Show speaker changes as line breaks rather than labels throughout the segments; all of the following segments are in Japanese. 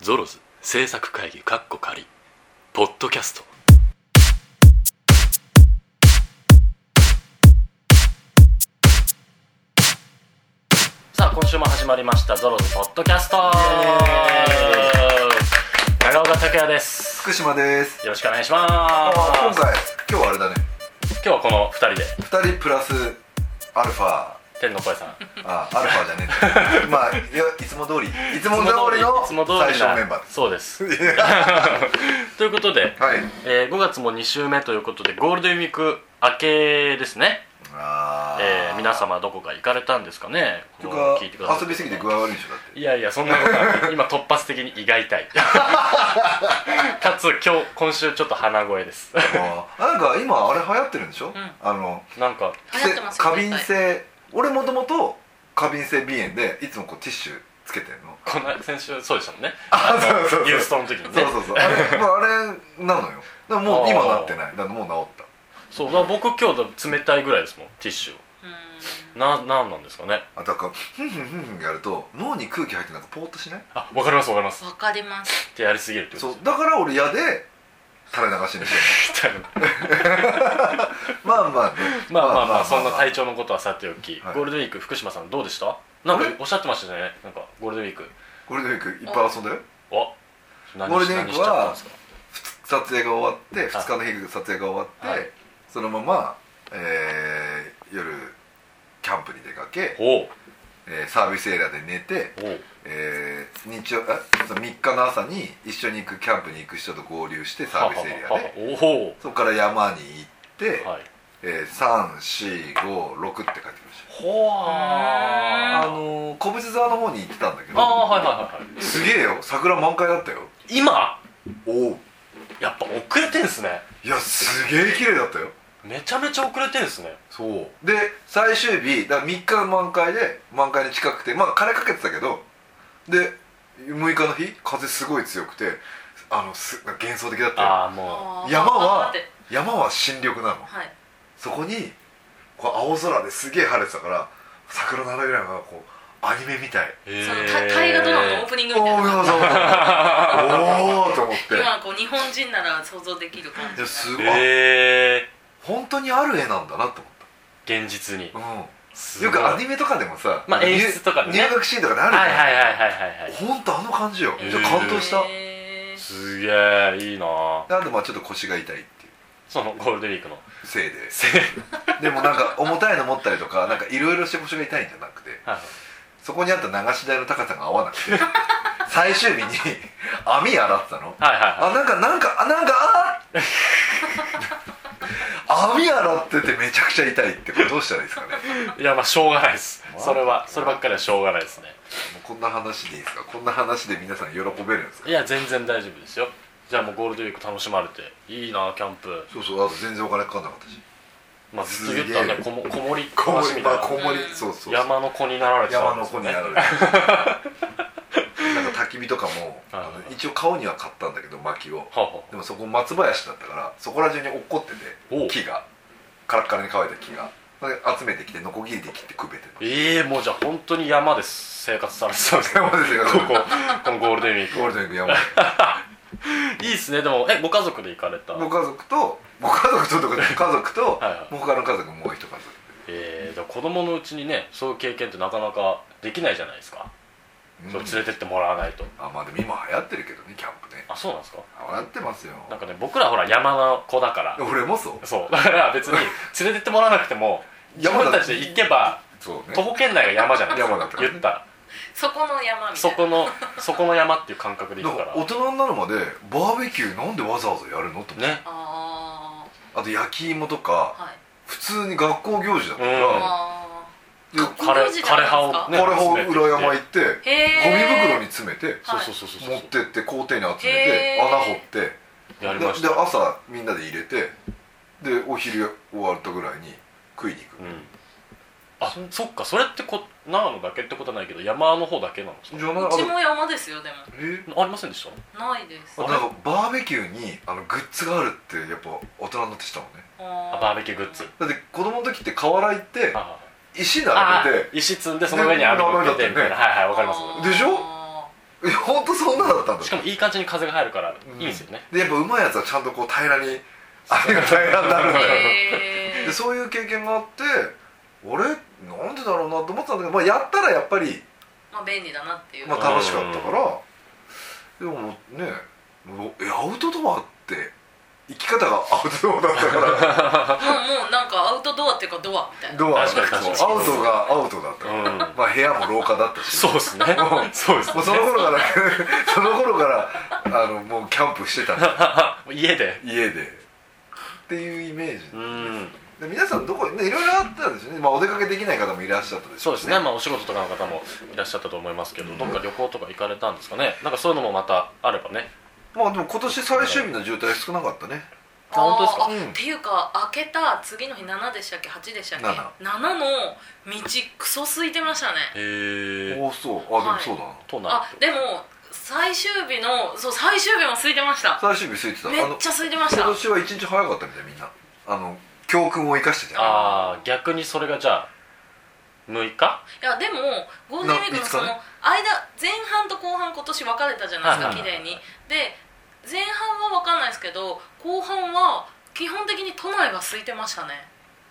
ゾロズ制作会議カッコ仮ポッドキャスト
さあ今週も始まりましたゾロズポッドキャスト長岡拓也です
福島です
よろしくお願いし
あ
ます
ー今回今日はあれだね
今日はこの2人で
2人プラスアルファ
天の声さん
あアルファじゃねえんだまあいやいつも通りいつも通りの
いつも通りな
最初メンバーです
そうです ということで、
はい
えー、5月も2週目ということでゴールデンウィーク明けですね、
あ
えー、皆
ん
様どこか行かれたんですかね
と
こ
か
こを
遊びすぎて具合悪いんでしょだって
いやいやそんなことない今突発的に胃が痛い かつ今日今週ちょっと鼻声です
あーなんか今あれ流行ってるんでしょ、
ん
あの
なんか
流行ってますよ
過敏性俺もともと過敏性鼻炎でいつもこうティッシュつけてるの
この先週そうでしたもんね
あ そうそうそう
ユーストの時に
そ
ね
うそうそうあれ,、まあ、あれなのよだからもう今なってないだからもう治った
そうだから僕今日冷たいぐらいですもんティッシュ
うーん
ななんなんですかね
あとなんかふんふんふんふんやると脳に空気入ってなんかポーっとしない
あわかりますわかります
わかります
ってやりすぎるってこと
そうだから俺嫌で垂れ流しにしてる
ですみたいな
まあまあね
まあまあまあそんな体調のことはさておき、
はい
ゴールデンウィーク福島さんどうでしたなんかおっしゃってましたねなんかゴールデンウィーク
ゴールデンウィークいっぱい遊んだよ
あ何
ゴール
し
デンウィ
何し
ー
ち
ク
ゃったん
は
ですか
撮影が終わって2日の日撮影が終わって、
はい
そのまま、えー夜キャンプに出かけ、
おう
えーサービスエリアで寝て、
おう
えー日曜あその3日の朝に一緒に行くキャンプに行く人と合流してサービスエリア
ははは
で
おお
そこから山に行って、
はい
えー、3456って書いてました
ほあ
あのー、小淵沢の方に行ってたんだけど
ああはいはいはいはい
すげえよ桜満開だったよ
今
おお
やっぱ遅れてんすね
いやすげえ綺麗だったよ
めちゃめちゃ遅れてんすね
そうで最終日だから3日満開で満開に近くてまあ枯れかけてたけどで6日の日風すごい強くてあのす幻想的だったよ
ああも
あー
山
あ
は
待って
山は新緑なの
はい
そこにこう青空ですげえ晴れてたから桜の花びらがこうアニメみたいう
そ
へ
のた大河ドラマのオープニングみたいな
おーそうそうそうおーと思って
今こう日本人なら想像できる感
い
じ
やすごい、
え
本当にある絵なんだなと
ー、現実に
思っ
す
た、
ご
よ
い
くアニメとかでもさ、
まあ
入
演出とかでね
入学シーンとかであるじゃ
は
ん、
いはいはいはいはいはい
ほんとあの感じよ
へー
ちょっと感動した
へー
すげえいいなあ
なんでまあちょっと腰が痛いっていう
そのゴールデンウィークの
せいで
せ
でもなんか重たいの持ったりとかなんかいろいろして腰が痛いんじゃなくて
はい
そこにあった流し台の高さが合わなくて最終日に 網洗ってたの
はいは
あなんかなんかあなんかあー網洗っててめちゃくちゃ痛いってこれどうしたらいいですかね
いはいいやまあしょうがないです
まあ
それはそればっかりはしょうがないですね
もうこんな話でいいですかこんな話で皆さん喜べるんですか
いや全然大丈夫ですよじゃあもうゴールデンウィーク楽しまれていいなあキャンプ
そうそうあと全然お金かかんなかったし
まあずっと言ったんだこ
すげえ
もこもりっ
こ
こしみたい
まあ
な
こもり
うん
そうそう
山の子になられてた
山
んで
の
す
子
よ
に
ね
やられるなんか焚き火とかも
はい
あの一応顔には買ったんだけど薪を
はあは
でもそこ松林だったからそこら中に落っこって
おう
て木がカラッカラに乾いた木がそれ集めてきてノコギリで切ってくべて
あええもうじゃあ本当に山で生活されてたんですね
山で生活
こここのゴールデンウィーク
ゴールデンウィーク山で
いいですねでもえご家族で行かれた
ご家族とご家族とと か家族と
はいはい
もう他の家族もう一家族
えー、でも子供のうちにねそういう経験ってなかなかできないじゃないですか、
うん
それ連れてってもらわないと
あまあでも今流行ってるけどねキャンプね
あそうなんですか
流行ってますよ
なんかね僕らほら山の子だから
俺もそう
そうだから別に連れてってもらわなくても自
山だ
分たちで行けば
そうね
徒歩圏内が山じゃないですか
山だからね
言ったら
そこの山みた
そ
いな
このそこの山っていう感覚で
な
行
ん
く
か
から
大人になるまでバーベキューなんでわざわざやるのと思って
ね
あ
あと焼き芋と
あ
か
はい
普通に学校行事だったか
うん
ら、で
ああ
枯れ枯れ葉をね
これを裏山行ってゴ
へえ
ミ袋に詰めて
そうそうそうそう
持ってって校庭に集め
へ
て
ー
穴掘って
やりまし
で
た
で朝みんなで入れてでお昼終わったぐらいに食いに行
う
く、
んあそっかそれってこ長野だけってことはないけど山の方だけなのですか
じゃあなん
う
か
ちも山ですよでも
え
ありませんでした
ないです
あなんかバーベキューにあのグッズがあるってやっぱ大人になってしたもんね
あ
あバーベキューグッズ
だって子供の時って河原行って
あ
石
あ
並べて
石積んでその上に網乗っけてみたいな、
ね
はいはいわかります
でしょ
あ
いや本当そんなだったんだ
しかもいい感じに風が入るからいいんですよね、
でやっぱうまいやつはちゃんとこう平らにあれが平らになるんだよ
へ
でそういう経験があってあれなんでだろうなと思ってたんだけど、まあ、やったらやっぱり、
まあ便利だなっていう
まあ、楽しかったからでもねもうえアウトドアって生き方がアウトドアだったか
もうもうなんかアウトドアっていうかドアみたい
ら
な
ドア
確かに確かに
そうアウトがアウトだったから、
うん
まあ、部屋も廊下だったし
そうですね そうですね
もうその頃から その頃からあのもうキャンプしてたんだ
家で
家でっていうイメージ
うん
で皆さんどこねいろいろあったんですよね、まあ、お出かけできない方もいらっしゃったでし
そ
ょ
うですねまあお仕事とかの方もいらっしゃったと思いますけど、どっか旅行とか行かれたんですかねなんかそういうのもまたあればね
まあでも今年最終日の渋滞少なかったね
あ本当ですか
あー
うん
っていうか開けた次の日7でしたっけ8でしたっけ
7
7の道クソ空いてましたね
へえ
おおそうあ
はい
でもそうだな、
都内
あでも最終日のそう最終日も空いてました
最終日空いてた
めっちゃ空いてまし
あの
た
今年は一日早かったみたいみんなあの教訓を生かしてたよ
ああ逆にそれがじゃあ6日
いやでもゴールデンウィークのその
な
間前半と後半今年分かれたじゃないですか
はい
綺
はいはい
麗にで前半は分かんないですけど後半は基本的に都内が空いてましたね、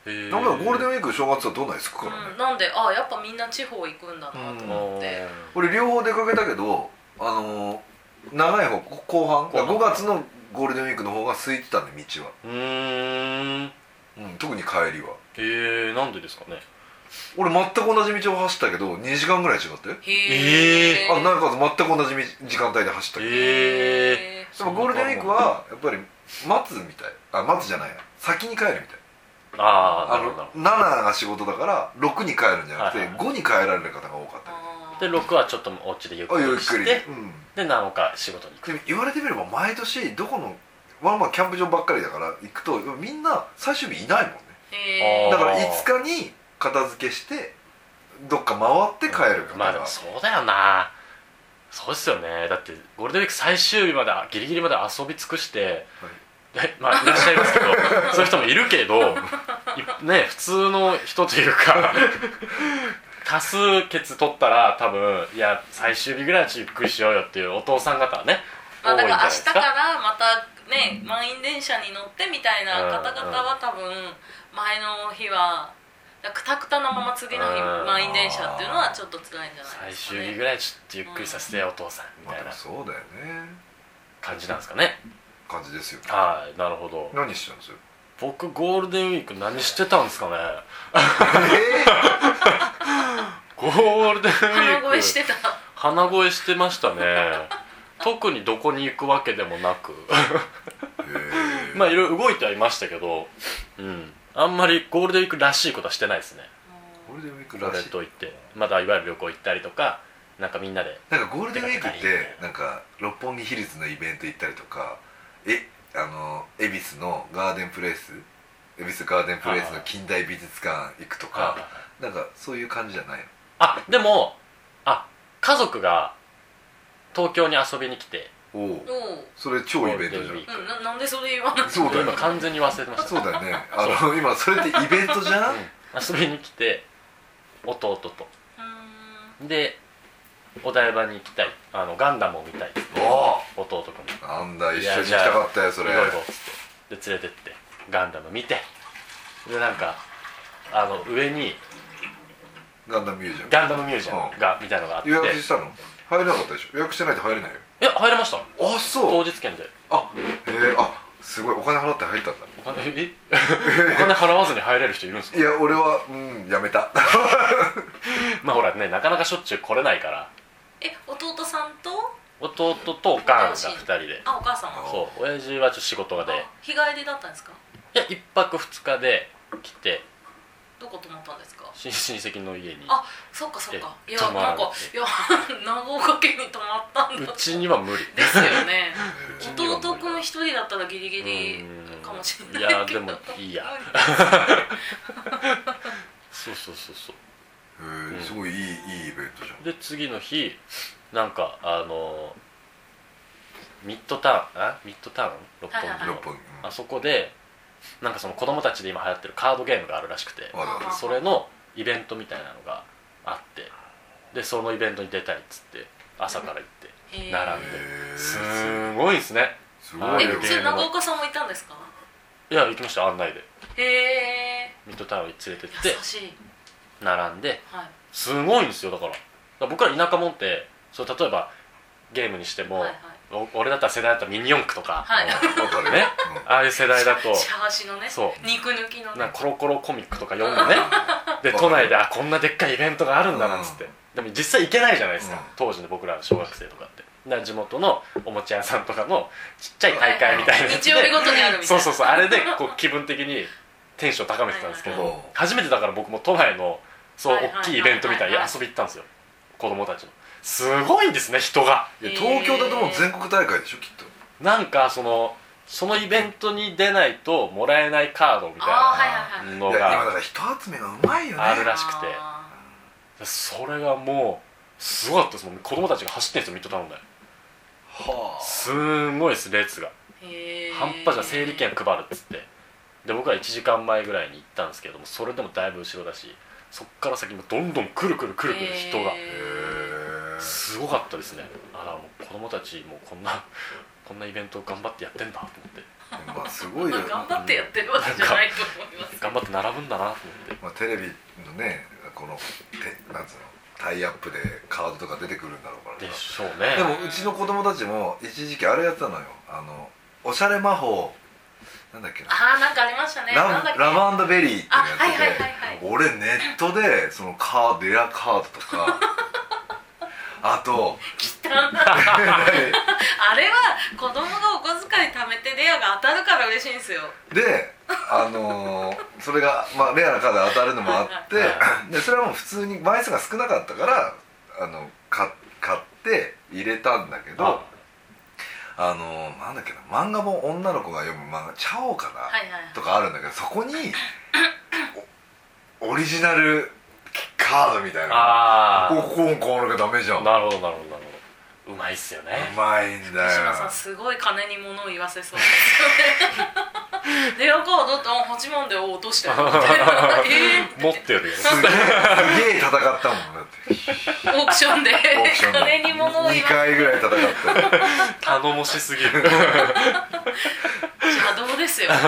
へ
なんかゴールデン
ンウ
ウィーク正月はどんなに空くからね
う、ん、なんであやっぱみんな地方行くんだなと思って、
俺両方出かけたけどあのー長い方こ後半
後半
5月のゴールデンウィークの方が空いてたんで道は、
うーんへ
うん、特に帰りは
えなんでですかね
俺全く同じ道を走ったけど2時間ぐらい違ってよ
へ
え
え
あなんか全く同じ道時間帯で走ったけど
へえ
でもゴールデンウィークはやっぱり待つみたいあ待つじゃないや先に帰るみたい
ああ
あ
なるほどな
の
るほ
7が仕事だから6に帰るんじゃなく
は
て
いはい
5に帰られる方が多かった
あ
どで6はちょっとお家でゆっく
あゆっ
り
く
し
り、
て
うん、
で7日仕事に行く
でも言われてみれば毎年どこのワンマンキャンプ場ばっかりだから行くとみんな最終日いないもんね
へ
あー
だから5日に片付けしてどっか回って帰る
ま
方
あで
が
もそうだよなそうですよねだってゴールデンウィーク最終日までギリギリまで遊び尽くして、えまあいらっしゃいますけ どそういう人もいるけどいね普通の人というか多数決取ったら多分いや最終日ぐらいはちょっとゆっくりしようよっていうお父さん方はね
まあ
多い
だ
ん
か
じゃないですか
ら明日か
ら
またね満員電車に乗ってみたいな方々は多分前の日はだからくたくたなまま次の日
うん
満員電車っていうのはちょっと辛いんじゃない
最
ですか
終日
ね
ぐらいちょっとゆっくりさせてよお父さんみ
ま
た
あで
い
も
な
そうだよね
感じなんですかね
感じですよ
はいなるほど
何してた んですよ
僕ゴールデンウィーク何してたんですかね
えー
ゴールデンウィーク
鼻声してた
鼻声してましたね特にどこに行くわけでもなく
えー
まあいろいろ動いてはいましたけどうんあんまりゴールデンウィークらしいことはしてないですね
ゴールデンウィーク
こ
ら
れ
しい
といってまだいわゆる旅行行ったりとかなんかみんなで
なんかゴールデンウィークっ
出かけたりみたい
てなんか六本木ヒルズのイベント行ったりとかえあの恵比寿のガーデンプレイス恵比寿ガーデンプレイスの近代美術館行くとかなんかそういう感じじゃないの
あでもあ家族が東京に遊びに来て
おおう
おう
それ超イベントじ
ゴールデンウィー
うんななんでそれ言わない
ゃんそうだよ
今
ね
完全に忘れてました
そうだよねあの今それってイベントじゃ ん
遊びに来て弟と
うーん
でお台場に行きたいあのガンダムを見たいって
お
弟君
おなんだ一
いや
緒に行きたかったよそれ
いろいろっつってで連れてってガンダム見てでなんかあの上に
ガンダムミュージアム
ガンダムミュージアムがみたいのがあってい
予約したの入れなかったでしょ予約してないと入れないよ
や入れました
あそ
当
う
日券で
あへえあすごいお金払って入ったんだ
お金え お金払わずに入れる人いるんですか
いや俺はうんやめた
まあほらねなかなかしょっちゅう来れないから
え弟さんと
弟とおかんが2人で
あお母さんは
そう親父はちょっと仕事がでい
あ日帰りだったんですか
や1泊2日で来て
どこ泊まったんですか
親 親戚の家に
あそっかそっか
え
いや
泊まら
なん
な
か
く
いや 長岡県に泊まったんだ
うちには無理
ですよ ね
うちには無理だ
弟くん一人だったらギリギリかもしれないけど
うーんいやでもいいやそうそうそうそう
へ
う
え
ん
すごいいいいいイベントじゃん
で次の日なんかあのミッドタウンあミッドタウン六本木の、
はい
六本木
あそこでなんかその子供たちで今流行ってるカードゲームがあるらしくて
うんあるある
それのイベントみたいなのがあってでそのイベントに出たいっつって朝から行って
へへー
並ん
へー
で。すごいですね。
すごい
え
よ
はい
それ長岡さんもいたんですか
いや、行きました、案内で。
へえ
ミッドタウンに連れてって
優、しい
並んで、
はい
すごいんですよ、だから。だから僕ら田舎もんって、そう例えば、ゲームにしても、
はいはい
お俺だったら世代だったらミニ四駆とか、
はい
わかる
ね
うん
ああいう世代だと、
シャーシのね
そう
肉抜きの
な
ね
んかコロコロコミックとか読ん でね、で
うん
都内であこんなでっかいイベントがあるんだなっつって、
うん
でも実際行けないじゃないですか、
うん
当時の僕ら小学生とかってだから地元のおもちゃ屋さんとかのちっちゃい大会みたいなやつで、
日曜日ごとにあるみたいな
そうそうそうあれでこう気分的にテンション高めてたんですけど、
はいはいはい
初めてだから僕も都内のそう
はいはいはい
大きいイベントみたいな
はいはい
遊び行ったんですよ子供たちのすごいんですね人が
いや東京だともう全国大会でしょきっと
なんかそのそのイベントに出ないともらえないカードみたい
ああはいはいはい
ないの
や今
が
だから人集めがうまいよね
あるらしくて
あ
それがもうすごかったですもん子供たちが走ってんですよミッドタウン
は
ですんごいです列が
ーへー
半端じゃ整理券配るっつってで僕は1時間前ぐらいに行ったんですけどもそれでもだいぶ後ろだしそっから先もどんどんくるくるくるくる人が
へ
へー
え
すごかったですねあらもう子供たちもこんなこんなイベントを頑張ってやってんだと思って
まあすごいよ
まあ頑張ってやってるわけじゃないと思います
頑張って並ぶんだなと思って
まあ、テレビのねこのてなんつうのタイアップでカードとか出てくるんだろうから
で
さ
しょうね
でもうちの子供たちも一時期あれやってたのよあのおしゃれ魔法なんだっけな
ああなんかありましたね
ラ
なんだっ
ブ
け
ラブベリーっていうのや
あはいはい
ってて
はいはい
俺ネットでそのカードレアカードと かあと
あれは子供がお小遣い貯めてレアが当たるから嬉しいんですよ
であのーそれが、まあ、レアなカード当たるのもあって
はい
でそれはもう普通に枚数が少なかったからあのか買って入れたんだけど
あ
あのーなんだっけな漫画本女の子が読む漫画「チャオ」かな、
はいはい
とかあるんだけどそこにおオリジナルカードみたいな
あ
こうこうこうのがダメじゃん
ー
う
なるほどなるほどなるほどうまいっすよね
まいんだよ
志麻さんすごい金に物を言わせそうですよねレアカードってあ8万で落とした よえ
持ってるよ
すげえすげえ戦ったもんだって
ーオークションで
オークション
金に物を
2
言わ
回ぐらい戦ったよ
頼もしす ぎる
せ邪道ですよやっ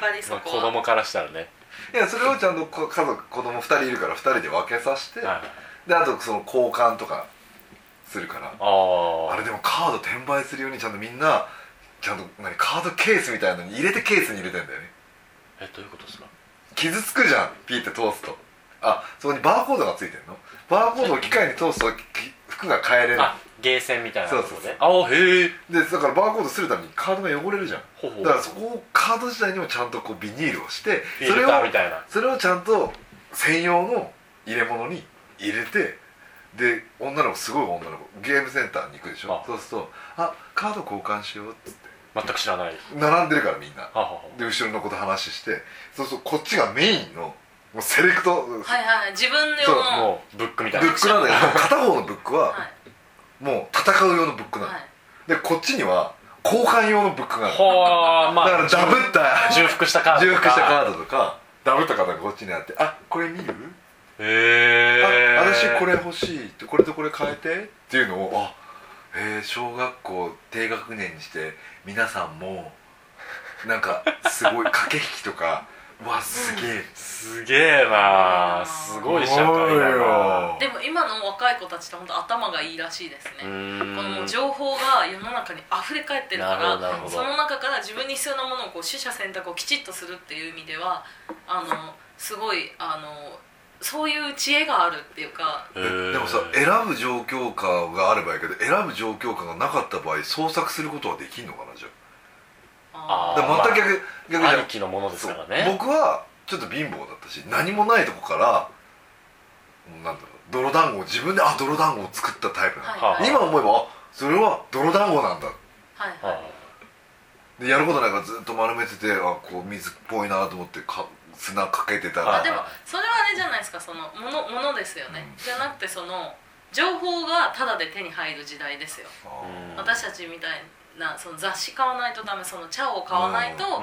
ぱりそ
まあ
こ
子
は、
供からしたらね、
いやそれをちゃんとこ家族子供2人いるから2人で分けさせて
あ
であとその交換とかするか
あ
らあれでもカード転売するようにちゃんとみんなちゃんと何カードケースみたいなのに入れてケースに入れてんだよね
えどういうことですか
傷つくじゃんピーって通すとあそこにバーコードがついてるのバーコードを機械に通すとき服が変えれる
あゲーセンみたいな
そうそうそう
ねああへえ
でだからバーコードするためにカードが汚れるじゃん
ほうほう
だからそこをカード自体にもちゃんとこうビニールをして
フ
そ
ィ
れ
ル
を
ターみたいな
それをちゃんと専用の入れ物に入れてで女の子すごい女の子ゲームセンターに行くでしょ
あ
そうすると「あカード交換しよう」っつって
全く知らない
並んでるからみんな
ははは
で後ろの子と話してそうするとこっちがメインのもうセレクトブ
はいはいはい自分用
そう
の
もうブックみたいな
ックなんだけど片方のブックは
はい
もう戦う用のブックなの、
はい
でこっちには交換用のブックがある
はあま
だ
あ
からダブった
重複したカード
重
とか
複したカードとかダブった方がこっちにあって「あこれ見るあ
へえ
私これ欲しい」って「これとこれ変えて」っていうのをあえー、小学校低学年にして皆さんもなんかすごい駆け引きとかうわすげえ
すげえなあすごい社会だな
でも今の若い子たちって本当頭がいいらしいです
う
ね、このも
ー
うん情報が世の中に溢れ返ってるか
なるほ
ら
どなるほど
その中から自分に必要なものをこう取捨選択をきちっとするっていう意味ではあのすごいあのそういう知恵があるっていうか
へー
でもさ選ぶ状況下があればいいけど選ぶ状況下がなかった場合創作することはできんのかなじゃあ
あ
だ
ー
から全く逆,、逆じゃん
兄貴のものです
そう
からね
僕はちょっと貧乏だったし何もないとこからなんだろう泥団子を自分であ泥団子を作ったタイプなの、
はい
はあ
はい
今思えばあそれは泥団子なんだ
はいはい
は
でやることないからずっと丸めててあこう水っぽいなと思ってか砂かけてた
は
あ
い
で
ら
もそれはあれじゃないですかそのものものですよね、
うん
じゃなくてその情報がただで手に入る時代ですよ
うん
私たちみたいなその雑誌買わないとダメその茶を買わないと流
う
ん
行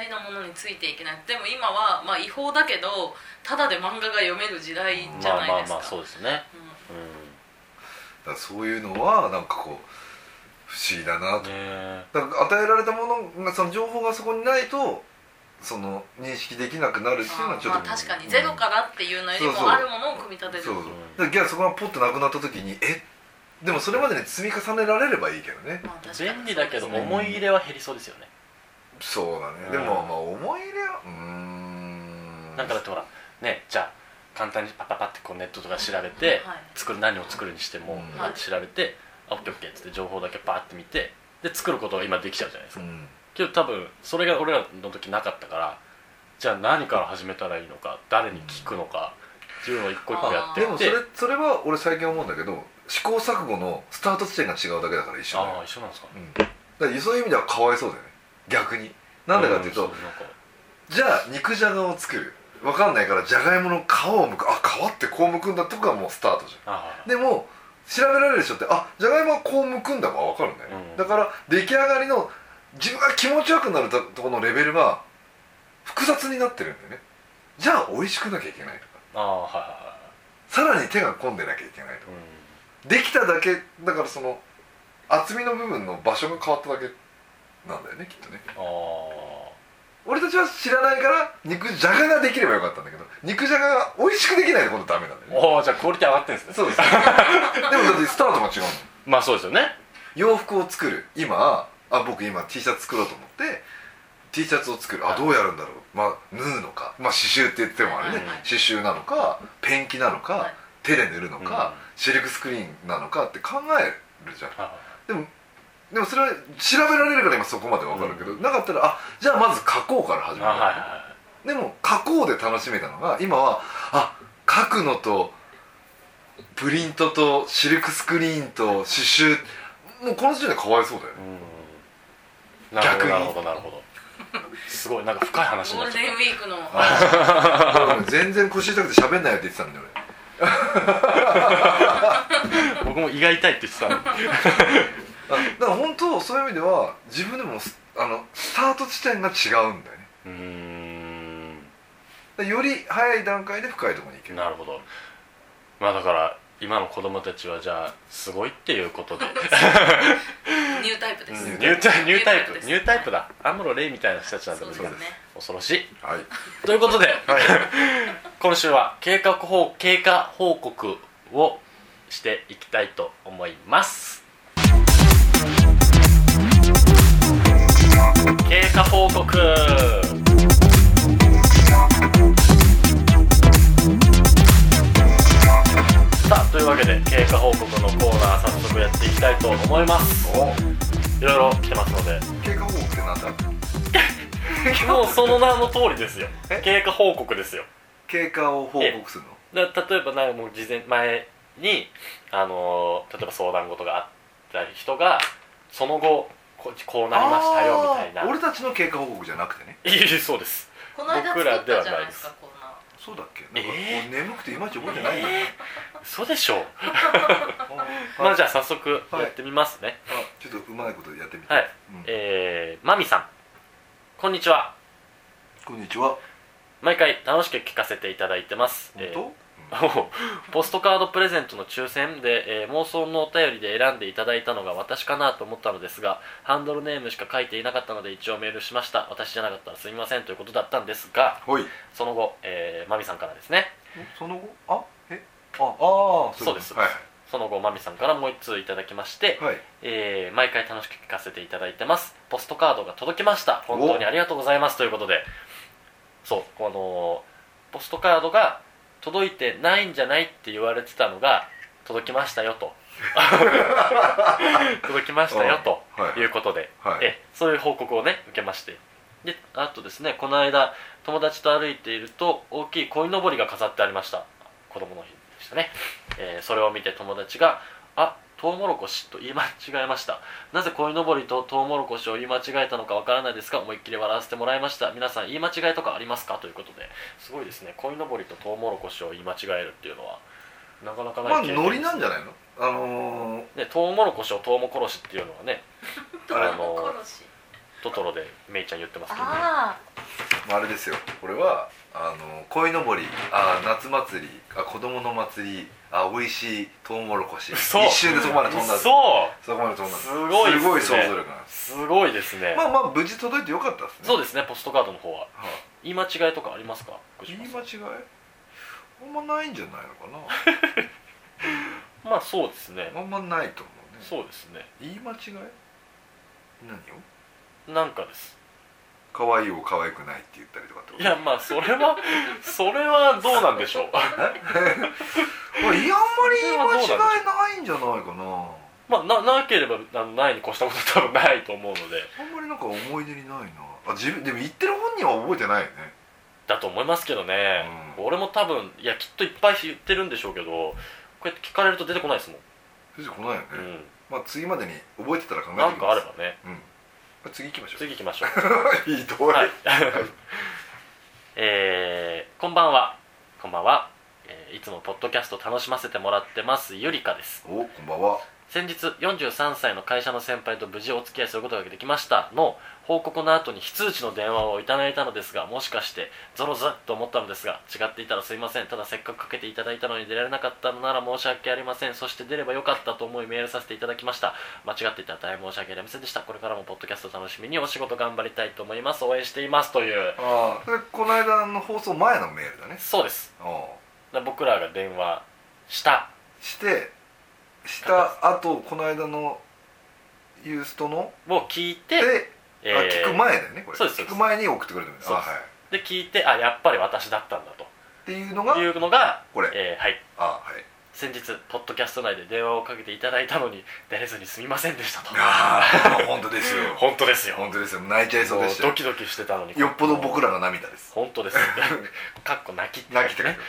りのものについていけないでも今はまあ違法だけどただで漫画が読める時代
い
じゃ
まあ
な
まあ
いです
まあ
か
そうですね
うん
うん
だからそういうのはなんかこう不思議だなと、
え
だから与えられたものがその情報がそこにないとその認識できなくなるっていうのは
あ
ち
ー
ょっと、
まあ確かにゼロからっていうのより
そうそう
もあるものを組み立てる
そうそ
う
う
ん
だからギャルそこがポッとなくなった時にえでもそれまでに積み重ねられればいいけどね
まあ確かにそうですね
便利だけど
も
思い入れは減りそうですよね
そうだね
うん
でもまあ思い入れはうーん
なんかだってほらねじゃあ簡単にパパパってこうネットとか調べて
はい
作る何を作るにしても
うん
まあ調べて「あオッケーオッケー」っつって情報だけパーって見てで作ることが今できちゃうじゃないです
う
か
ん
けど多分それが俺らの時なかったからじゃあ何から始めたらいいのか誰に聞くのかっていうのを一個一個やって
で
っ
もそ
て
れそれは俺最近思うんだけど試行錯誤のスタート地点が違うだけだから一緒だ
ああ
よ、
一緒なんですか
うん、だからそういう意味ではかわいそうだよね逆になんでかっていうと、
んそなんか
じゃあ肉じゃがを作るわかんないからじゃがいもの皮をむくあ皮ってこうむくんだとこがもうスタートじゃん
ああ
でも調べられる人ってあじゃがいもはこうむくんだが分かるんだよね、
うん
だから出来上がりの自分が気持ちよくなるとこのレベルが複雑になってるんだよねじゃあ美味しくなきゃいけないとか
ああはいはいは
さらに手が込んでなきゃいけないと
い
か
うん
できただけだからその厚みの部分の場所が変わっただけなんだよねきっとね
ああ
俺たちは知らないから肉じゃがができればよかったんだけど肉じゃがが美味しくできないと今度ダメなんだよね
おーじゃあクオリティ上がってるんですね
そうです でもだってスタートが違うの
まあそうですよね
洋服を作る今あ僕今 T シャツ作ろうと思って T シャツを作るあどうやるんだろう、まあ、縫うのか、まあ、刺繍って言ってもあれね、
うん
刺繍なのかペンキなのか、
はい
手で塗るのか、
うん
シルクスクリーンなのかって考えるじゃん
はいはい
でもでもそれは調べられるから今そこまでわかるけど、なかったらあじゃあまず書こうから始め
あ
る、
はいはいはい
でも加工で楽しめたのが今はあ書くのとプリントとシルクスクリーンと刺繍もうこの時点でかわいそうだよね
なるほ
逆
どな
に
るほどなるほどすごいなんか深い話に
ゴー
なっ
ル
ちゃっ
デンウィークの
だから全然腰痛くて喋んないよって言ってたんだよ
た僕も胃が痛いって言ってたのに
俺あだから本当そういう意味では自分でもスあのスタート地点が違うんだよね
うーん
だからより早い段階で深いところに行ける
なるほどまあだから今の子供たちはじゃあすごいっていうことで
ニュータイプです、
ニ
うん
ュータイニュータイ
ニュータイプです
プニュータイプだアムロレイみたいな人たちなんて
そうです
そう
ね
です
恐ろしい
はい
ということで
はい
今週は計画報経過報告をしていきたいと思います経過報告さあというわけで経過報告のコーナー早速やっていきたいと思います
お
いろいろ来てますので
経過報告ってなんだ
もうその名の通りですよ
え
経過報告ですよ
経過を報告するの
だ例えばなんかもう事前前に、あのー例えば相談事があった人がその後ここうなりましたよみたい
あー
な
俺たちの経過報告じゃなくてね
いいそうです
この間作ったじゃないですかこんな
そうだっけなんか、
えー
俺眠くていまいち覚えてないんだよ、
えー嘘でしょ
あー
まあじゃあ早速やってみますね
あちょっとうまいことやってみて、
はい、
うん
えー、マミさんこんにちは
こんにちは
毎回楽しく聞かせていただいてます
本
え
当、
ー ポストカードプレゼントの抽選で、えー妄想のお便りで選んでいただいたのが私かなと思ったのですがハンドルネームしか書いていなかったので一応メールしました私じゃなかったらすみませんということだったんですが
うん、はい
その後、えー、マミさんからですね
その後あえあああ
そうです
はい
その後マミさんからもう1通いただきまして、
はい
えー毎回楽しく聞かせていただいてますポストカードが届きました本当にありがとうございますということでそうこのポストカードが届いてないんじゃないって言われてたのが届きましたよと届きましたよと
はい
いうことで、
はい
えそういう報告をね受けましてであとですねこの間友達と歩いていると大きい鯉のぼりが飾ってありました子供の日でしたね、えーそれを見て友達が「あトウモロコシ」と言い間違えましたなぜ鯉のぼりとトウモロコシを言い間違えたのかわからないですが思いっきり笑わせてもらいました皆さん言い間違いとかありますかということですごいですね鯉のぼりとトウモロコシを言い間違えるっていうのはなかなか
ま
な
あ
い経験です
ノリなんじゃないのあのー、
ねトウモロコシをトウモコロシっていうのはね
トラの殺し
トトロでメイちゃん言ってますけどね
あ
まああれですよこれはあのー、鯉のぼりあー夏祭りあ子供の祭りあ美味しいトウモロコシ一
そう
瞬でそこまで飛んだ
そ
そこまで飛ん
う
だ
すごいですね
すごい想像力なんです
すごいですね、
まあまあ無事届いてよかったですね
そう
で
ですねポストカードの方は
す、はい
言い間違いとかありますか福
言い
島さ
間
ん
違いあんまないんじゃないのか
まあそうですね
なあんまないと思うね
そうですね
言い間違い何を
なんかです
可愛いを可愛くないって言ったりとかってこと
いやまあそれ はそれはどうなんでしょう
まあいやあんまり言い間違いないんじゃないかな
まあななければあのないに越したことは多分ないと思うので
あんまりなんか思い出にないなあ自分でも言ってる本人は覚えてないよね
だと思いますけどね、
うん
俺も多分いやきっといっぱい言ってるんでしょうけどこうやって聞かれると出てこないですもん、
出てこないよね、
うん
まあ次までに覚えてたら考えて
なん
きます
かあればね
うんまあ次行きましょう
次行きましょう
いいとこ
はい えー、こんばんはこんばんは、えーいつもポッドキャスト楽しませてもらってますゆりかです
おこんばんは
先日43歳の会社の先輩と無事お付き合いすることができましたの報告の後に非通知の電話をいただいたのですがもしかしてゾロゾロと思ったのですが違っていたらすいませんただせっかくかけていただいたのに出られなかったのなら申し訳ありませんそして出ればよかったと思いメールさせていただきました間違っていたら大変申し訳ありませんでしたこれからもポッドキャスト楽しみにお仕事頑張りたいと思います応援していますという
ああこの間の放送前のメールだね
そうです
ああ
だ僕らが電話した
してしたあとこの間のユーストの
を聞いて
で、
え
あ
ー
聞く前だよねこれ
そうですそう
聞
です
く前に送ってくれてるんです
そう
あ
で
は
す
い、っ
で聞いてあやっぱり私だったんだと
ていうのが
いうのが
これ
えーはい
あはい
先日ポッドキャスト内で電話をかけていただいたのに出れずにすみませんでしたと
ああ本当ですよ
本当ですよ
本当ですよ泣いちゃいそう
も
で
う
した
ド
よ
キドキしてたのに
よっぽど僕らの涙です
本当です かっこ泣きって書い
泣きって書いて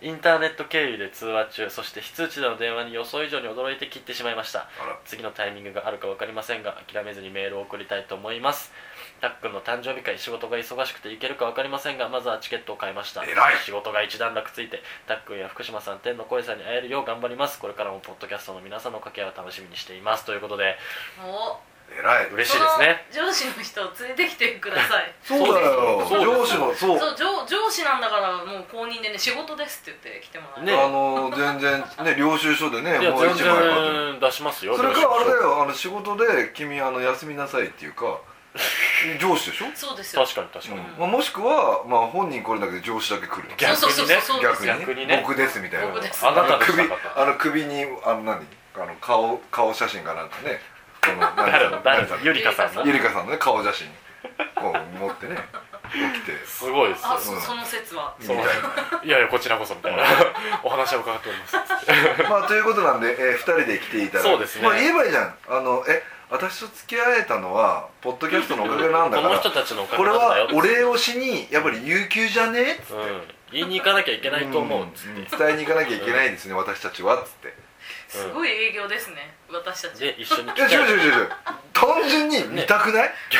インターネット経由で通話中そして非通知での電話に予想以上に驚いて切ってしまいました
あら
次のタイミングがあるか分かりませんが諦めずにメールを送りたいと思いますたっくんの誕生日会仕事が忙しくて行けるか分かりませんがまずはチケットを買いました
偉い
仕事が一段落ついてたっくんや福島さん天の声さんに会えるよう頑張りますこれからもポッドキャストの皆さんの掛け合いを楽しみにしていますということで
お
偉い
嬉しいですね
その上司の人を連れてきてください
そうだよ
そうで
上
す
司
よ
のそう
そう上上司なんだからもう公認でね仕事ですって言って来てもらえ
ね
あの全然ね領収書でね
いや
もう
全
一枚買って
然出しますよ
それからあれだよあの仕事で君あの休みなさいっていうか上司でしょ
そうですよ
確かに確かに、
まあ、もしくは、まあ、本人来れなくて上司だけ来る
逆にね
そうそうそうそうで
逆
すよ
に
逆にね
僕ですみたいな
僕です
あな
あの
たです
首
あなた
あの首にあの何あの顔顔写真がなんかね この
誰
何
の誰
さ
の
ん
ゆりかさんの
ゆりかさんのね顔写真こう持ってね起きて
すごいですよ
あ
う
そ
ん
その説は
み
そ
た
う
い
いやいやこちらこそみたいなお話を伺っております
なまあということなんで、えー、2人で来ていただいて
そうですね
まあ、言えばいいじゃんあのえ私と付き合えたのはポッドキャストのおかげなんだか
この
ら
人たちのおか
こ
げ
れ
なんだよ
はお礼をしにやっぱり有給じゃねえって
うん、言いに行かなきゃいけないと思うっつって、
ん伝えに行かなきゃいけないですね私たちはっつって
すごい営業ですね私たち
で一緒に来
いや
た
違う違う違う違う単純に見たくない、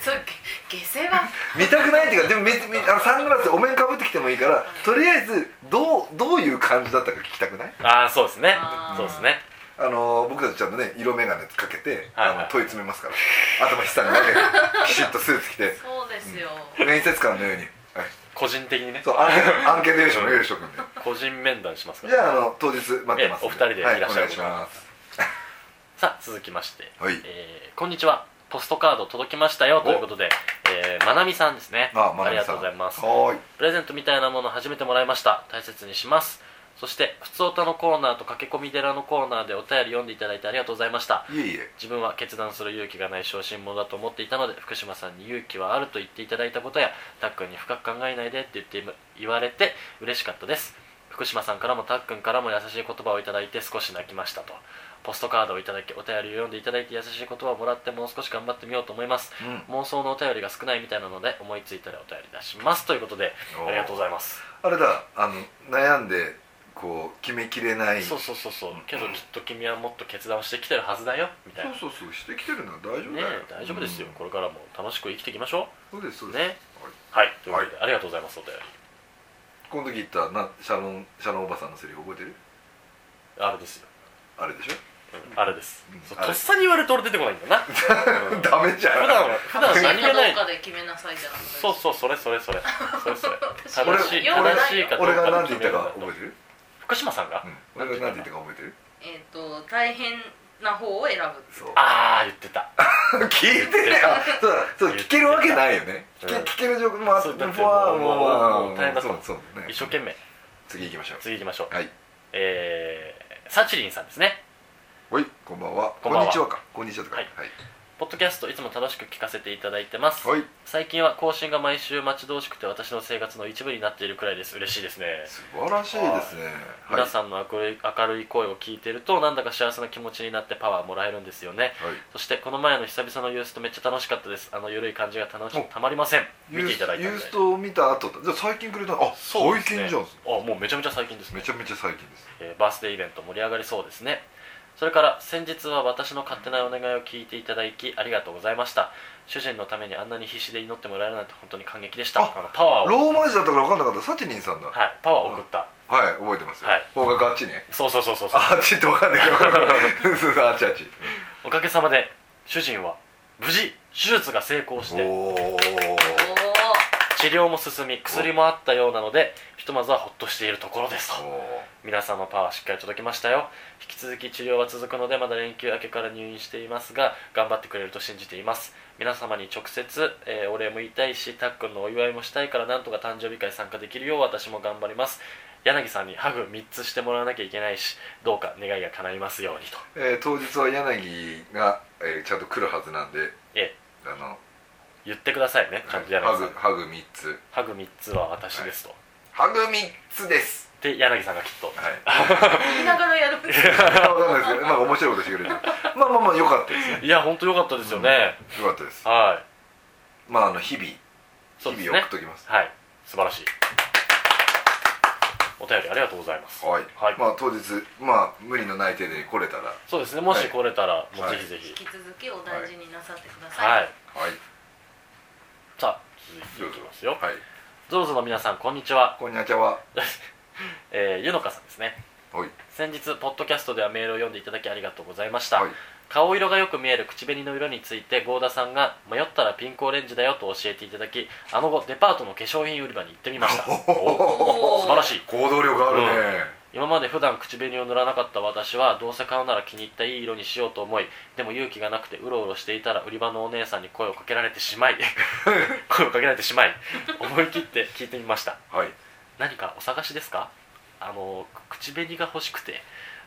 そう下世話
見たくないっていうかでもめめあのサングラスお面かぶってきてもいいからとりあえずどうどういう感じだったか聞きたくない
ああそうですね
あー
そうですね
あのー僕たちちゃんとね色眼鏡かけて、
はいはい
あの問い詰めますから頭ひっさに投げて きちっとスーツ着て
そうですよ、
面接官のように、はい、
個人的にね
そうアンケートアンケート用紙も用意しとくんで
個人面談しますか
じゃあ
ら
あの当日待ってますん
ええお二人でいらっしゃる
はい、お願いします
さあ続きまして、
はい
えーこんにちはポストカード届きましたよということで、えー、まなみさんですね
あ,、ま、なみさん
りがとうございます
はーい
プレゼントみたいなもの初めてもらいました大切にしますそして「ふつおた」のコーナーと駆け込み寺のコーナーでお便り読んでいただいてありがとうございました
いえいえ
自分は決断する勇気がない小心者だと思っていたので福島さんに勇気はあると言っていただいたことやたっくんに深く考えないでって言って言われて嬉しかったです福島さんからもたっくんからも優しい言葉をいただいて少し泣きましたとポストカードをいただきお便りを読んでいただいて優しい言葉をもらってもう少し頑張ってみようと思います
うん
妄想のお便りが少ないみたいなので思いついたらお便り出しますということで
おー
ありがとうございます
あれだあの悩んでこう決めきれない
そうそうそうそうけどきっと君はもっと決断をしてきてるはずだよみたいなね
そうそうそうしてきてるのは大丈夫だよ、
え大丈夫ですよ
うん
これからも楽しく生きていきましょ
そうですそう
う
です、
ね
はい
はい、ということで、ありがとうございます、お便り。
この時言ったなシャロンシャロンおばさんのセリフ覚えてる
あれですよ。
あれでしょ、
あれです
うん。
そう
あれ
とっさに言われて俺出てこないん だな。うん
ダメじゃん
普段は、普段何
何
気な
かど
い。
うかで決めなさいじゃなくて
そうそう、それそれそれ。それそれ。
俺
正しい、
俺
正しいかどう
俺が
か
何
で
て
決
言っ
めるんだ
たか
と
覚えてる
福島さんが、
うん、俺が何て言ったか覚えてる
えっ、と大変な方を選ぶ
そう
ああ言って た
聞いてねあそうだそう聞けるわけないよね聞け
うん
聞ける状況もあって
そうだって
もうあ
もうもうもう大変だった
そうそうね
一生懸命
次行きましょう
次行きましょう
はい
えー、サチリンさんですね
おいこんばんは
こんばんは
にちはかこんにちはとか
は
はいい
ポッドキャストいつも楽しく聞かせていただいてます、
はい
最近は更新が毎週待ち遠しくて私の生活の一部になっているくらいです嬉しいですね、
素晴らしいですねはい
皆さんの明るい明るい声を聞いているとなんだか幸せな気持ちになってパワーもらえるんですよね
はい
そしてこの前の久々のユーストめっちゃ楽しかったですあの緩い感じが楽し
お
たまりません見
ユー
てい
ス
ただいた
ユ
ん
ー
で
ストを見た後だじゃあ最近くれたのあ
そう
最
ですね
近じゃん
あもうめちゃめちゃ最近ですね
めちゃめちゃ最近です
えーバースデーイベント盛り上がりそうですねそれから先日は私の勝手なお願いを聞いていただきありがとうございました主人のためにあんなに必死で祈ってもらえるなんて本当に感激でした
あ
あのパワーを、
ローマ字だったから分かんなかったサチニンさんだは
はい、パワーを送った、
い覚えてますよ
はい
方角あっちね
そうそうそうそうそう
あっちって分かんないけ どそうそうあっちあっち
おかげさまで主人は無事手術が成功して
おお
おお
治療も進み薬もあったようなのでひとまずはほっとしているところですと皆さんのパワーしっかり届きましたよ引き続き治療は続くのでまだ連休明けから入院していますが頑張ってくれると信じています皆様に直接、えーお礼も言いたいしたっくんのお祝いもしたいからなんとか誕生日会参加できるよう私も頑張ります柳さんにハグ3つしてもらわなきゃいけないしどうか願いが叶いますようにと
えー当日は柳が、えーちゃんと来るはずなんで
え
あの
言ってくださいねちゃんと柳さ
ハ
ん
グハグ3つ
ハグ3つは私ですと、
ハグ3つです
で柳さんがきっと
はい
言いなが らやる
わかんないですけどまあ面白いことしてくれてるまあまあまあ良かったですね
いや本当良かったですよね、
良かったです
はい
まああの日々
そうですね
日々送っときます
はい素晴らしいお便りありがとうございます
はい、
はい
まあ当日まあ無理のない手で来れたらは
そうですねもし来れたら、
い
もうぜひぜ
引
ひ
き続きお大事になさってください、
はい、
い
さあ続いていきますよ、
はい
ゾウゾの皆さんこんにちは、
こんにゃちゃは
えー、ゆのかさんですね
はい
先日ポッドキャストではメールを読んでいただきありがとうございました、
はい
顔色がよく見える口紅の色について合田さんが迷ったらピンクオレンジだよと教えていただきあの後デパートの化粧品売り場に行ってみま したお
おー
素晴らしい
行動力あるね、
今まで普段口紅を塗らなかった私はどうせ買うなら気に入ったいい色にしようと思いでも勇気がなくてうろうろしていたら売り場のお姉さんに声をかけられてしまい 声をかけられてしまい思い切って聞いてみました
はい
何かお探しですかあの口紅が欲しくて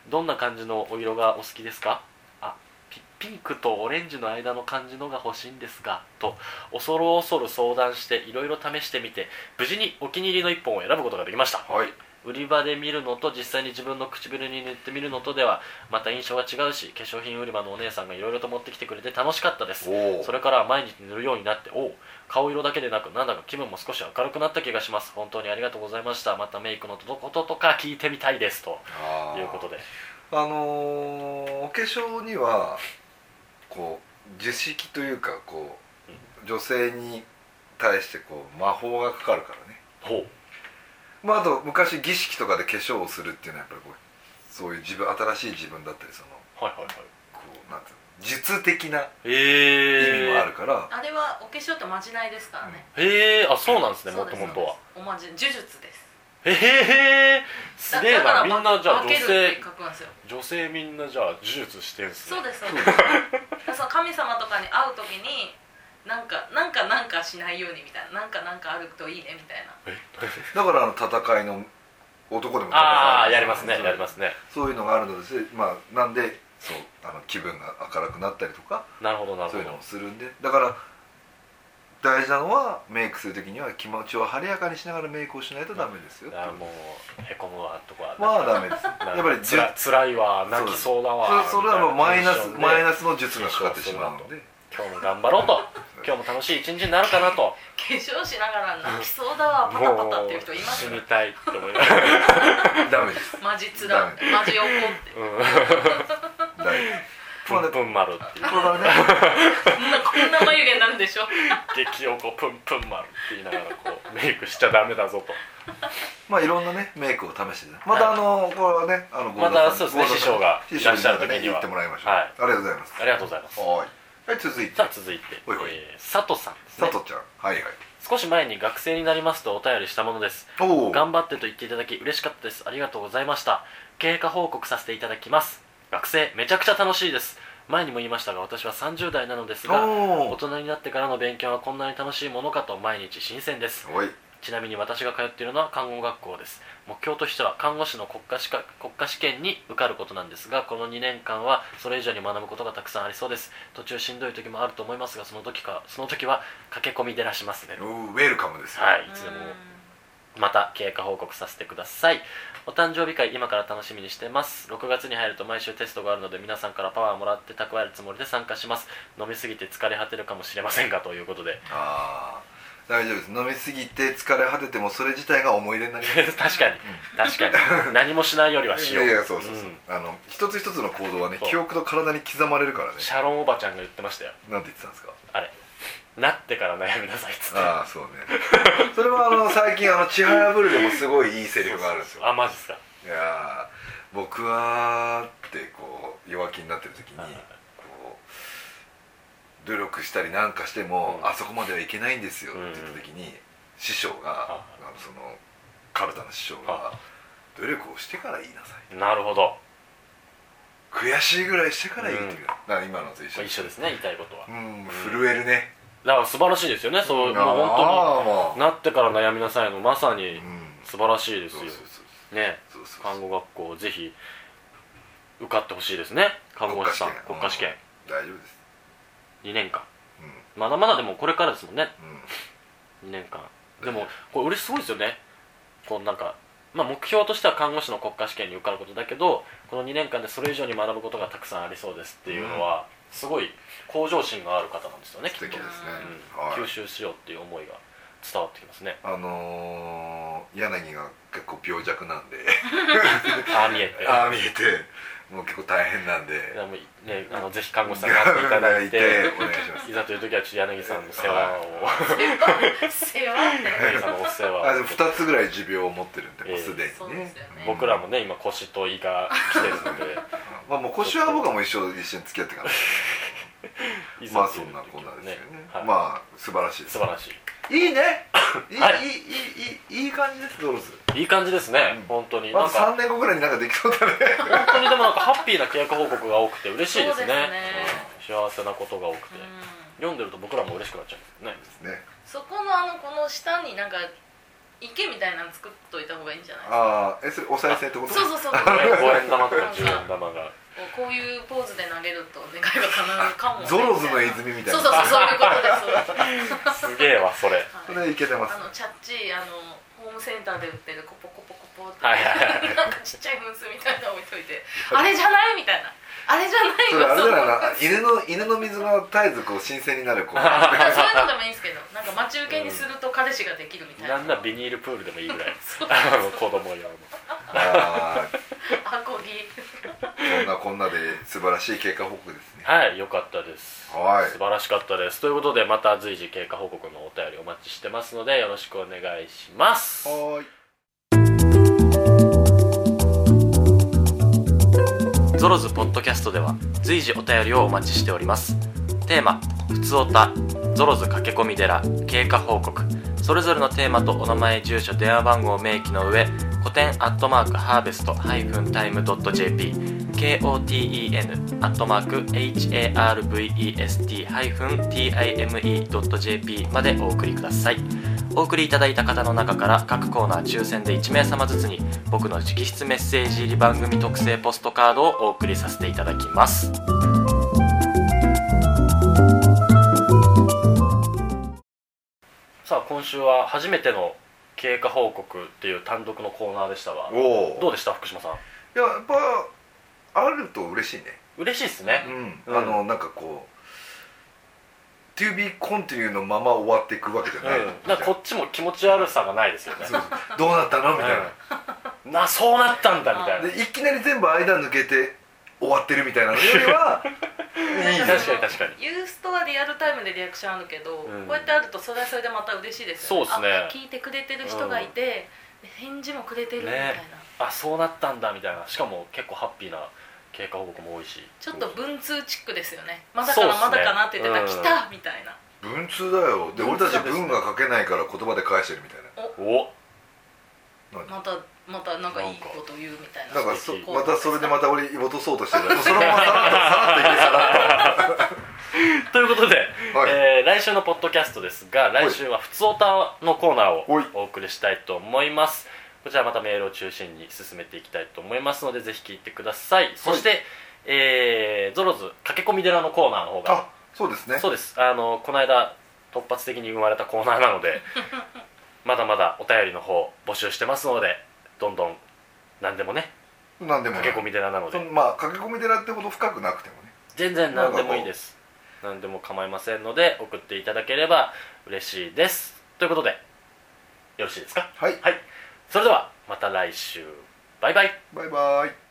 どんな感じのお色がお好きですかあピピンクとオレンジの間の感じのが欲しいんですがと恐る恐る相談していろいろ試してみて無事にお気に入りの1本を選ぶことができました
はい
売り場で見るのと実際に自分の唇に塗ってみるのとではまた印象が違うし化粧品売り場のお姉さんがいろいろと持ってきてくれて楽しかったです
おお
それからは毎日塗るようになっておう顔色だけでなくなんだか気分も少し明るくなった気がします本当にありがとうございましたまたメイクのこととか聞いてみたいですと
あー
いうことで
あのーお化粧にはこう樹式というかこう女性に対してこう魔法がかかるからね、
ほう
まあ、あと昔儀式とかで化粧をするっていうのはやっぱりこうそういう自分新しい自分だったりその
はいはいはい
こうなんていうの術的な意
え
味
え
もあるから、
あれはお化粧とまじないですからね、
ええあそうなんですね
そ
も
う
と
です
もとは
おまじ呪術です
へへへすげえ
だだ
な
から
みんなじゃあ
化
女
けるって
性
書くんですよ
女性みんなじゃあ呪術してんす
そ
ね
うです そうですその神様とかに会う時になんかなんかなんかしないようにみたいななんかなんかあるといいねみたい
だ
な
からあの戦いの男でも戦い
ああやりますね
そう
やりますね
そういうのがあるのです、まあ、なんでそうあの気分が明るくなったりとか
なるほどなる
そ
ほ
う
ど
いうのもするんでだから大事なのはメイクする時には気持ちを晴れやかにしながらメイクをしないとダメですよ
あーもうへこむわとか
まあダメですやっ
な
ぱり
つ
術
ら辛いわ泣きそうだわ
そそれはもうマイナス
みたいな
マイ
テンションで
ナスの術がかかってしまうので
今日も頑張ろうと今日も楽しい一日になるかなと
化粧しながら泣きそうだわパタパタっていう人います
死
よ
にたいって思いながら
ダメです
マジつらマジ怒っ
ダメです
て
プンプン丸っていう
これからね
こんなこんな眉毛になるんでしょ
激おこプンプン丸って言いながらこうメイクしちゃダメだぞと
まあいろんなねメイクを試してねまたあのこれはねあの
またそうですね
郷田さん
師匠が
師匠
いらっしゃる時には
言ってもらいましょう
はい
ありがとうございます
ありがとうございます
はい
さ
はい続いて
さあ続いて、
おいおい
えー佐藤さんですね
佐藤ちゃんはいはい
少し前に学生になりますとお便りしたものです
おお
頑張ってと言っていただき嬉しかったですありがとうございました経過報告させていただきます学生めちゃくちゃ楽しいです前にも言いましたが私は30代なのですが
お
大人になってからの勉強はこんなに楽しいものかと毎日新鮮です
おい
ちなみに私が通っているのは看護学校です目標としては看護師の国家資格国家試験に受かることなんですがこの2年間はそれ以上に学ぶことがたくさんありそうです途中しんどい時もあると思いますがその時かその時は駆け込みでらしますね
おーウェルカムですよ
はいいつでもまた経過報告させてくださいお誕生日会今から楽しみにしてます6月に入ると毎週テストがあるので皆さんからパワーもらって蓄えるつもりで参加します飲みすぎて疲れ果てるかもしれませんがということで
ああ大丈夫です飲みすぎて疲れ果ててもそれ自体が思い出になります
確かに確かに何もしないよりはし
い
よう
やいやそうそうそう、
ん
あの一つ一つの行動はね
そう
記憶と体に刻まれるからね
シャロンおばちゃんが言ってましたよ
なんて言ってたんですか
あれなってから悩みなさいっつって
ああそうねそれはあの最近あの「ちはやぶる」でもすごいいいセリフがあるんですよ
あマジっすか
いやー僕はってこう弱気になってる時に
はい
こう努力したりなんかしても、
うん
あそこまではいけないんですよって言った時に、師匠が、
い
あのそのカルタの師匠が、
は
努力をしてから言いなさい
なるほど
悔しいぐらいしてから言ってくれ、だから今のと一緒
一緒ですね言いたいことは
う
だか
ん震えるね、
ら素晴らしいですよねそうもう
ああ
本当
も
になってから悩みなさいのまさ
う
に
ん
素晴らしいです
そう
よ
そうそう
ね
そうそう
看護学校ぜひ受かってほしいですね看護師さん国
国家
家
試
試
験
験
大丈夫です
2年間
うん
まだまだでもこれからですもんね
うん
2年間でもこれ俺すごいですよねこうなんか、まあ、目標としては看護師の国家試験に受かることだけどこの2年間でそれ以上に学ぶことがたくさんありそうですっていうのは、すごい向上心がある方なんですよねきっ
素
と、
敵ですね、
うん
はい
吸収しようっていう思いが伝わってきます ね
あのー、柳が結構病弱なんで
ああ見えて
ああ見えてもう結構大変なんで
いやもうね、あのぜひ看護師さんになっていただいて
お 願いします
いざという時はちょっと柳さんの世話を
世話って
柳さんのお世
あ
話
で
を
も2つぐらい持病を持ってるんで
え
もう
え
すで
そう
に
で
ね
すよね
僕らもね今腰と胃が来てるので
まあもう腰は僕はもう一生一緒に付き合っ てから
い
ま
ざ
あ
と
そ
いうん
なこ
時
んな
は
ですよね
はい
まあ素晴らしいです
素晴らしい
いい ねいい,、
はい
い、いいいいいい感じですドローズ
いい感じですね、
うん
本当に、
ま
な
あ
んか
3年後ぐらいになんかできそうだね
本当にでもなんかハッピーな契約報告が多くて嬉しいです
そう
ね
ですね
う ん幸せなことが多くて、
うん
読んでると僕らも嬉しくなっちゃうね
ね
そこのあのこの下になんか池みたいなの作っといた方がいいんじゃないですか
ああえそれお賽銭ってこと
そうそう そう
五円
こ
五円玉とか十円玉が
うこういうポーズで投げると願いが叶うかも
ゾロズの泉みたいな
そうそうそうそういうことです
すげえわそれはい
そ
そ
うです、はい、
れいけてます
あのチャッチあのホームセンターで売ってるコポコポコポって、
はいはい
なんかちっちゃいムースみたいなの置いといてあれじゃないみたいなあれじゃない
それあれだよな犬の犬の水が絶えずこう新鮮にな るこうあ
あそういうのでもいいんですけどなんか待ち受けにすると彼氏ができるみたいな、
なんならビニールプールでもいいぐらい
そう
あの子供用の
あ
アコギ
こんなこんなで素晴らしい経過報告ですね
はい良かったです
はい
素晴らしかったですということでまた随時経過報告のお便りお待ちしてますのでよろしくお願いします
はーい
ゾロズポッドキャストでは随時お便りをお待ちしておりますテーマ「ふつおた」「ゾロズ駆け込み寺」「経過報告」それぞれのテーマとお名前住所電話番号を明記の上古典アットマークハーベストハイフンタイムドット JP KOTEN アットマーク HARVEST ハイフン TIME ドット JP までお送りくださいお送りいただいた方の中から各コーナー抽選で1名様ずつに僕の直筆メッセージ入り番組特製ポストカードをお送りさせていただきますさあ今週は初めての経過報告っていう単独のコーナーでしたが
お
ど
お
うでした福島さん
いややっぱあると嬉しいね
嬉しいですね
う
うんん
あのなんかこう To be continue のまま終わっていくわけじゃ
うん
ない、
なんかこっちも気持ち悪さがないですよね
そうそうどうなったのみたい
うんなそうなったんだみたい
な、
な
でいきなり全部間抜けて終わってるみたいなのより はいいね
確かに確かに
ユーストはリアルタイムでリアクションあるけど、
うん
こうやってあるとそれはそれでまた嬉しいですよ
そうっすね
あ聞いてくれてる人がいて、返事もくれてるみたいな、
ねあそうなったんだみたいなしかも結構ハッピーな経過報告も多いし
ちょっと文通チックですよねまだかな、
そうっす
ま
ね
だかなって言ってた、
うん
来たみたいな
文通だよで
文
俺
通で
た
す
ち
ね
文が書けないから言葉で返してるみたいな
お
何
またまたなんかいいこと言うみたいな
なんか
素
そ
敵
またそれでまた俺落とそうとしてるもうそのままさらっとさらっといけさらっ
ということで、
とはい、
えー来週のポッドキャストですが来週は「ふつおた」のコーナーを
はい
お送りしたいと思いますこちらまたメールを中心に進めていきたいと思いますのでぜひ聞いてくださいそして、えーゾロズ駆け込み寺のコーナーの方が
あそうですね
そうですあのこの間突発的に生まれたコーナーなの でまだまだお便りの方募集してますのでどんどん何でもね
なんでも
駆け込み寺なの
その
で
まあ駆け込み寺ってほど深くなくてもね
全然何でもいいです何でも構いませんので送っていただければ嬉しいですということでよろしいですか
はい
はいそれではまた来週バイバイ
バイバイ